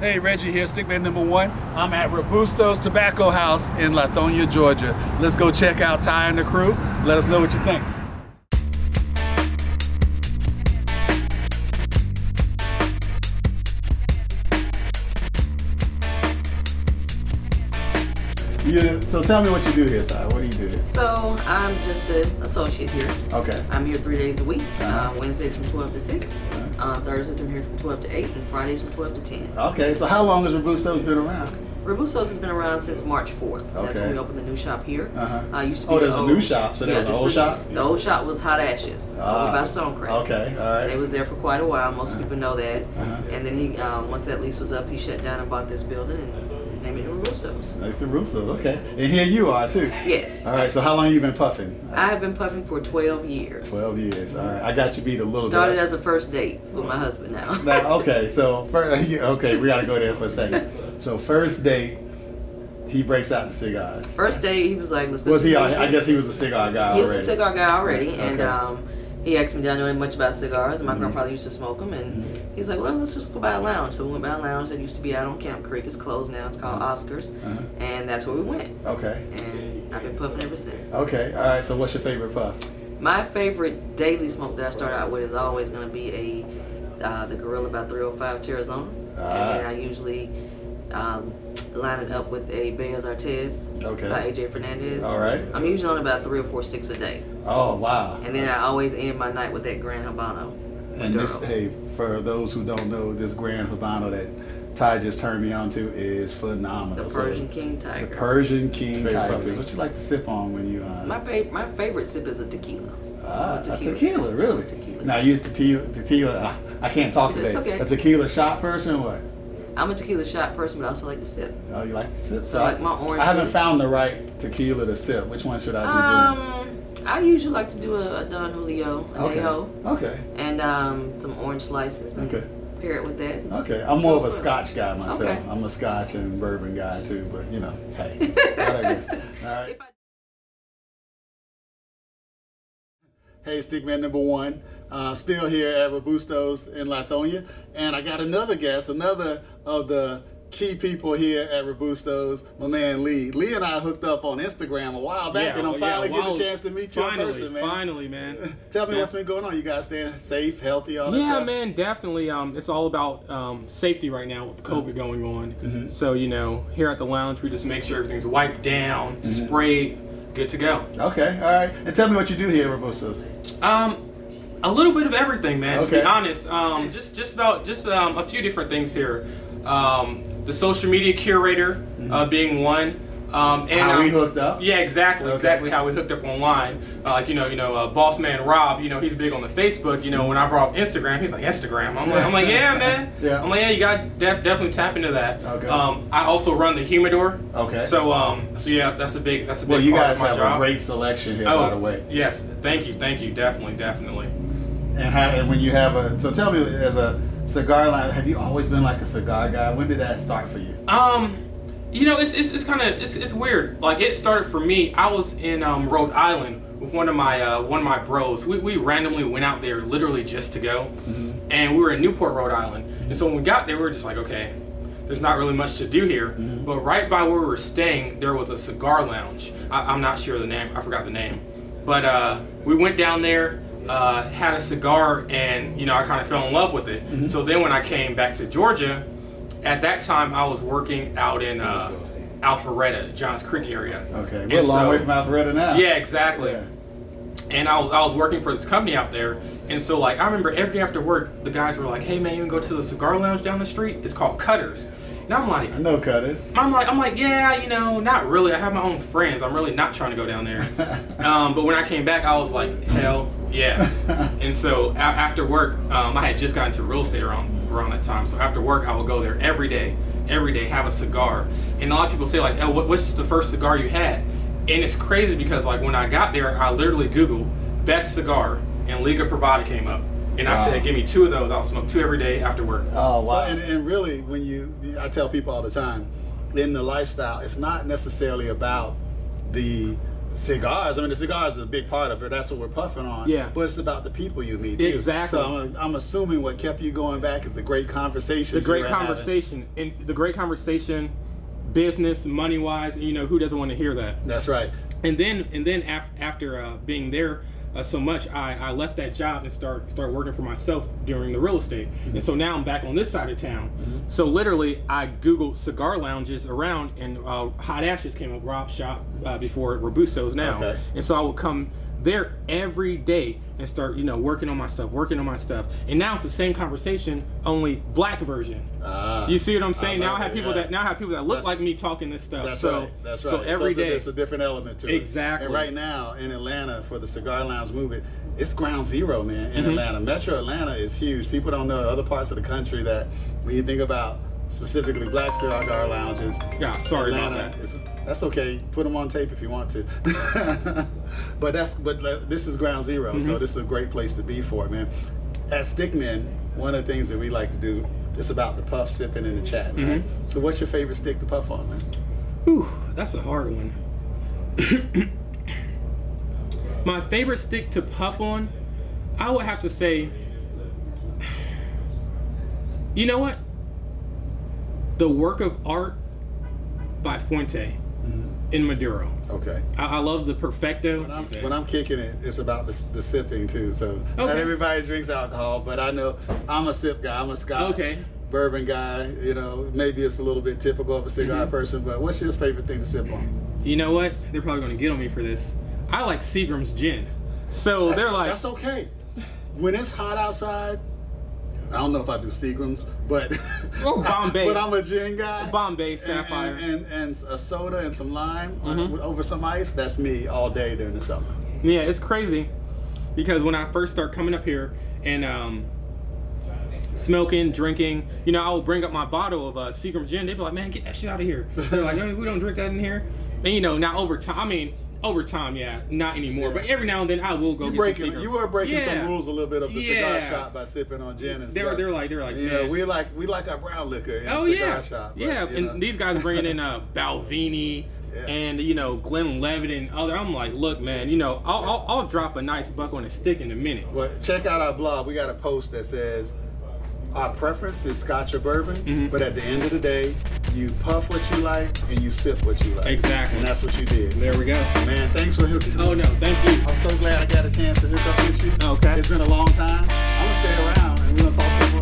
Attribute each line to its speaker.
Speaker 1: Hey, Reggie here, Stickman number one. I'm at Robusto's Tobacco House in Lithonia, Georgia. Let's go check out Ty and the crew. Let us know what you think. Yeah, so tell me what you do here, Ty. What do you do here?
Speaker 2: So I'm just an associate here.
Speaker 1: Okay.
Speaker 2: I'm here three days a week. Uh,
Speaker 1: Uh-huh.
Speaker 2: Wednesdays from 12 to 6. Uh, Thursdays I'm here from 12 to 8, and Fridays from 12 to 10.
Speaker 1: Okay, so how long has Robusto's been around?
Speaker 2: Robusto's has been around since March 4th. That's
Speaker 1: Okay.
Speaker 2: when we opened the new shop here.
Speaker 1: Uh-huh.
Speaker 2: Uh, used to be
Speaker 1: Oh, there's
Speaker 2: the
Speaker 1: a
Speaker 2: old,
Speaker 1: new shop, so there
Speaker 2: yeah,
Speaker 1: was an
Speaker 2: this
Speaker 1: old
Speaker 2: is-
Speaker 1: shop?
Speaker 2: The old shop was Hot Ashes
Speaker 1: Ah,
Speaker 2: over by Stonecrest.
Speaker 1: Okay, all right.
Speaker 2: It was there for quite a while. Most
Speaker 1: Uh-huh.
Speaker 2: people know that.
Speaker 1: Uh-huh.
Speaker 2: And then he, um, once that lease was up, he shut down and bought this building and named it Robusto's.
Speaker 1: Next to Robusto's, okay. And here you are, too.
Speaker 2: Yes.
Speaker 1: All right, so how long you been puffing?
Speaker 2: I have been puffing for 12 years.
Speaker 1: 12 years. All right, I got you beat a little
Speaker 2: Started
Speaker 1: bit.
Speaker 2: as a first date with my husband now.
Speaker 1: now, okay, so first, okay, we gotta go there for a second. So first date, he breaks out the cigars.
Speaker 2: First day, he was like, "Let's."
Speaker 1: Was he? I guess he was a cigar guy
Speaker 2: He was
Speaker 1: already.
Speaker 2: a cigar guy already,
Speaker 1: Okay.
Speaker 2: and um, he asked me, "Do I know much about cigars?" And my
Speaker 1: Mhm.
Speaker 2: grandfather used to smoke them, and he's like, "Well, let's just go by a lounge." So we went by a lounge that used to be out on Camp Creek. It's closed now. It's called Oscars,
Speaker 1: Uh-huh.
Speaker 2: and that's where we went.
Speaker 1: Okay.
Speaker 2: And I've been puffing ever since.
Speaker 1: Okay. All right. So what's your favorite puff?
Speaker 2: My favorite daily smoke that I start out with is always going to be a uh, the Gorilla by 305 Terrazona,
Speaker 1: Ah.
Speaker 2: and then I usually um, line it up with a Baez Artes
Speaker 1: Okay.
Speaker 2: by AJ Fernandez.
Speaker 1: All right.
Speaker 2: I'm usually on about three or four sticks a day,
Speaker 1: Oh wow.
Speaker 2: and then I always end my night with that Grand Habano.
Speaker 1: And this,
Speaker 2: Maduro.
Speaker 1: hey, for those who don't know, this Grand Habano that Ty just turned me on to is
Speaker 2: The
Speaker 1: phenomenal. So,
Speaker 2: Persian King
Speaker 1: the
Speaker 2: Tiger.
Speaker 1: Persian King
Speaker 3: Face
Speaker 1: Tiger.
Speaker 3: puffing.
Speaker 1: What you like to sip on when you? Uh,
Speaker 2: my, fa- my favorite sip is a tequila.
Speaker 1: Ah, a
Speaker 2: Tequila.
Speaker 1: tequila, really?
Speaker 2: Tequila.
Speaker 1: Now you tequila, tequila. ah, I can't talk today.
Speaker 2: It's okay.
Speaker 1: A tequila shot person, or what?
Speaker 2: I'm a tequila shot person, but I also like to sip.
Speaker 1: Oh, you like to sip?
Speaker 2: I like my orange
Speaker 1: I haven't
Speaker 2: juice.
Speaker 1: found the right tequila to sip. Which one should I be
Speaker 2: Um, I usually like to do a, a Don Julio, a
Speaker 1: doing?
Speaker 2: Añejo,
Speaker 1: Okay.
Speaker 2: and um, some orange slices. And
Speaker 1: Okay.
Speaker 2: Pair it with that.
Speaker 1: Okay. I'm more of a
Speaker 2: Goes well.
Speaker 1: Scotch guy myself.
Speaker 2: Okay.
Speaker 1: I'm a Scotch and bourbon guy too, but you know, hey. I digress. All right.
Speaker 2: If I-
Speaker 1: Hey, Stickman number one, uh, still here at Robusto's in Lithonia. And I got another guest, another of the key people here at Robusto's, my man Lee. Lee and I hooked up on Instagram a while back,
Speaker 3: Yeah,
Speaker 1: and
Speaker 3: oh,
Speaker 1: I'm
Speaker 3: yeah,
Speaker 1: finally
Speaker 3: a
Speaker 1: getting
Speaker 3: while-
Speaker 1: a chance to meet you
Speaker 3: finally,
Speaker 1: in person, man.
Speaker 3: Finally, man.
Speaker 1: Tell me
Speaker 3: Yeah.
Speaker 1: what's been going on. You guys staying safe, healthy, all that
Speaker 3: yeah,
Speaker 1: stuff?
Speaker 3: man, definitely. Um, it's all about um, safety right now with
Speaker 1: Uh-huh.
Speaker 3: COVID going on.
Speaker 1: Mm-hmm.
Speaker 3: So you know, here at the lounge, we just make sure everything's wiped down,
Speaker 1: Mm-hmm.
Speaker 3: sprayed, good to go.
Speaker 1: Okay, all right. And tell me what you do here at Robusto's.
Speaker 3: Um, a little bit of everything, man. To
Speaker 1: Okay.
Speaker 3: be honest, um, just just about just um, a few different things here. Um, the social media curator uh, being one. Um, and
Speaker 1: Mm-hmm. How we
Speaker 3: um,
Speaker 1: hooked up?
Speaker 3: Yeah, exactly,
Speaker 1: Okay.
Speaker 3: exactly how we hooked up online. Uh, like you know, you know, uh, boss man Rob, you know, he's big on the Facebook. You know, when I brought up Instagram, he's like Instagram. I'm like, I'm like, yeah, man.
Speaker 1: Yeah.
Speaker 3: I'm like, yeah, you got def- definitely tap into that.
Speaker 1: Okay.
Speaker 3: Um, I also run the humidor.
Speaker 1: Okay.
Speaker 3: So um, so yeah, that's a big that's a big
Speaker 1: Well, you
Speaker 3: part
Speaker 1: guys
Speaker 3: of my
Speaker 1: have
Speaker 3: job.
Speaker 1: a great selection here,
Speaker 3: oh,
Speaker 1: by the way.
Speaker 3: Yes, thank you, thank you, definitely, definitely.
Speaker 1: And, how, and when you have a, so tell me, as a cigar line, have you always been like a cigar guy? When did that start for you?
Speaker 3: Um, you know, it's it's, it's kind of it's, it's weird. Like it started for me. I was in um, Rhode Island with one of my uh, one of my bros. We, we randomly went out there literally just to go, and we were in Newport, Rhode Island. And so when we got there, we were just like, okay, there's not really much to do here. But right by where we were staying, there was a cigar lounge. I, I'm not sure of the name. I forgot the name. But uh, we went down there. Uh, had a cigar and you know I kind of fell in love with it. So then when I came back to Georgia, at that time, I was working out in uh, Alpharetta, Johns Creek area.
Speaker 1: Okay,
Speaker 3: And
Speaker 1: we're a long
Speaker 3: so-
Speaker 1: way from Alpharetta now.
Speaker 3: Yeah, exactly.
Speaker 1: Yeah.
Speaker 3: And I was, I was working for this company out there, and so like I remember every day after work, the guys were like, "Hey man, you can go to the cigar lounge down the street. It's called Cutters." And I'm like,
Speaker 1: I know Cutters.
Speaker 3: I'm like, I'm like, yeah, you know, not really. I have my own friends. I'm really not trying to go down there. um, but when I came back, I was like, hell yeah. and so a- after work, um, I had just gotten to real estate around around that time. So after work, I would go there every day, every day, have a cigar. And a lot of people say like, oh, what, what's the first cigar you had? And it's crazy because like when I got there, I literally Googled best cigar, and Liga Privada came up. And
Speaker 1: Wow.
Speaker 3: I said, give me two of those. I'll smoke two every day after work.
Speaker 1: Oh wow! and, and really, when you, I tell people all the time, in the lifestyle, it's not necessarily about the cigars. I mean, the cigars is a big part of it. That's what we're puffing on.
Speaker 3: Yeah.
Speaker 1: But it's about the people you meet too.
Speaker 3: Exactly.
Speaker 1: So I'm, I'm assuming what kept you going back is the great conversation.
Speaker 3: the great conversation and the great conversation business money wise you know who doesn't want to hear that
Speaker 1: That's right.
Speaker 3: and then and then af- after uh, being there uh, so much I, I left that job and start start working for myself during the real estate and so now i'm back on this side of town
Speaker 1: Mm-hmm.
Speaker 3: so literally i googled cigar lounges around and uh, hot ashes came up rob shop uh, before robusto's now
Speaker 1: Okay.
Speaker 3: and so i would come there every day and start you know working on my stuff working on my stuff and now it's the same conversation only black version
Speaker 1: Ah,
Speaker 3: you see what I'm saying? now
Speaker 1: love
Speaker 3: I have
Speaker 1: it,
Speaker 3: people
Speaker 1: yeah.
Speaker 3: that now I have people that look
Speaker 1: That's-
Speaker 3: like me talking this stuff.
Speaker 1: That's
Speaker 3: so,
Speaker 1: right. That's right.
Speaker 3: So every
Speaker 1: it's, a,
Speaker 3: day,
Speaker 1: it's a different element to it.
Speaker 3: Exactly.
Speaker 1: And right now in Atlanta for the cigar lounge movement, it's ground zero, man.
Speaker 3: Mm-hmm.
Speaker 1: In Atlanta, Metro Atlanta is huge. People don't know other parts of the country that when you think about specifically black cigar lounges.
Speaker 3: Yeah, sorry about that.
Speaker 1: is- that's okay. Put them on tape if you want to. but that's but le- this is ground 0
Speaker 3: Mm-hmm.
Speaker 1: so this is a great place to be for it, man. At Stickman, one of the things that we like to do is about the puff sipping in the chat, man.
Speaker 3: Mm-hmm.
Speaker 1: So what's your favorite stick to puff on, man?
Speaker 3: Whew, that's a hard one. My favorite stick to puff on, I would have to say. You know what? The work of art by Fuente in Maduro.
Speaker 1: Okay.
Speaker 3: I, I love the perfecto.
Speaker 1: Mm-hmm. When I'm, when I'm kicking it, it's about the, the sipping too. So not
Speaker 3: Okay.
Speaker 1: everybody drinks alcohol, but I know I'm a sip guy. I'm a Scotch
Speaker 3: Okay.
Speaker 1: bourbon guy. You know, maybe it's a little bit typical of a cigar
Speaker 3: Mm-hmm.
Speaker 1: person. But what's your favorite thing to sip on?
Speaker 3: You know what? They're probably gonna get on me for this. I like Seagram's gin. So they're
Speaker 1: That's-
Speaker 3: like,
Speaker 1: that's okay. When it's hot outside, I don't know if I do Seagrams, but
Speaker 3: Oh, Bombay.
Speaker 1: but I'm a gin guy.
Speaker 3: Bombay
Speaker 1: And-
Speaker 3: Sapphire. Mm-hmm.
Speaker 1: and, and, and a soda and some lime on- over some ice. That's me all day during the summer.
Speaker 3: yeah, it's crazy because when I first start coming up here and um, smoking, drinking, you know, I will bring up my bottle of uh, Seagram's gin. They'd be like, man, get that shit out of here. They're like, no, we don't drink that in here. And you know, now over time, I mean, over time, yeah, not anymore. But every now and then, I will go
Speaker 1: You
Speaker 3: get some
Speaker 1: breaking,
Speaker 3: Seagram.
Speaker 1: you were breaking
Speaker 3: Yeah.
Speaker 1: some rules a little bit of the
Speaker 3: Yeah.
Speaker 1: cigar shop by sipping on gin and
Speaker 3: They were-
Speaker 1: stuff.
Speaker 3: they were like- they were like,
Speaker 1: you know,
Speaker 3: man.
Speaker 1: we like we like our brown liquor in
Speaker 3: Oh
Speaker 1: the cigar
Speaker 3: yeah,
Speaker 1: shop. but,
Speaker 3: yeah.
Speaker 1: you
Speaker 3: And
Speaker 1: know.
Speaker 3: these guys bringing in uh, Balvini
Speaker 1: Yeah.
Speaker 3: and you know Glenn Levitt and other. I'm like, look, man, you know, I'll, I'll, I'll drop a nice buck on a stick in a minute.
Speaker 1: Well, check out our blog. We got a post that says our preference is Scotch or bourbon,
Speaker 3: Mm-hmm.
Speaker 1: but at the end of the day, you puff what you like and you sip what you like.
Speaker 3: Exactly.
Speaker 1: And that's what you did.
Speaker 3: There we go.
Speaker 1: Man, thanks for hooking.
Speaker 3: Oh no, thank you.
Speaker 1: I'm so glad I got a chance to hook up with you.
Speaker 3: Okay.
Speaker 1: It's been a long time. I'm gonna stay around and we're gonna talk some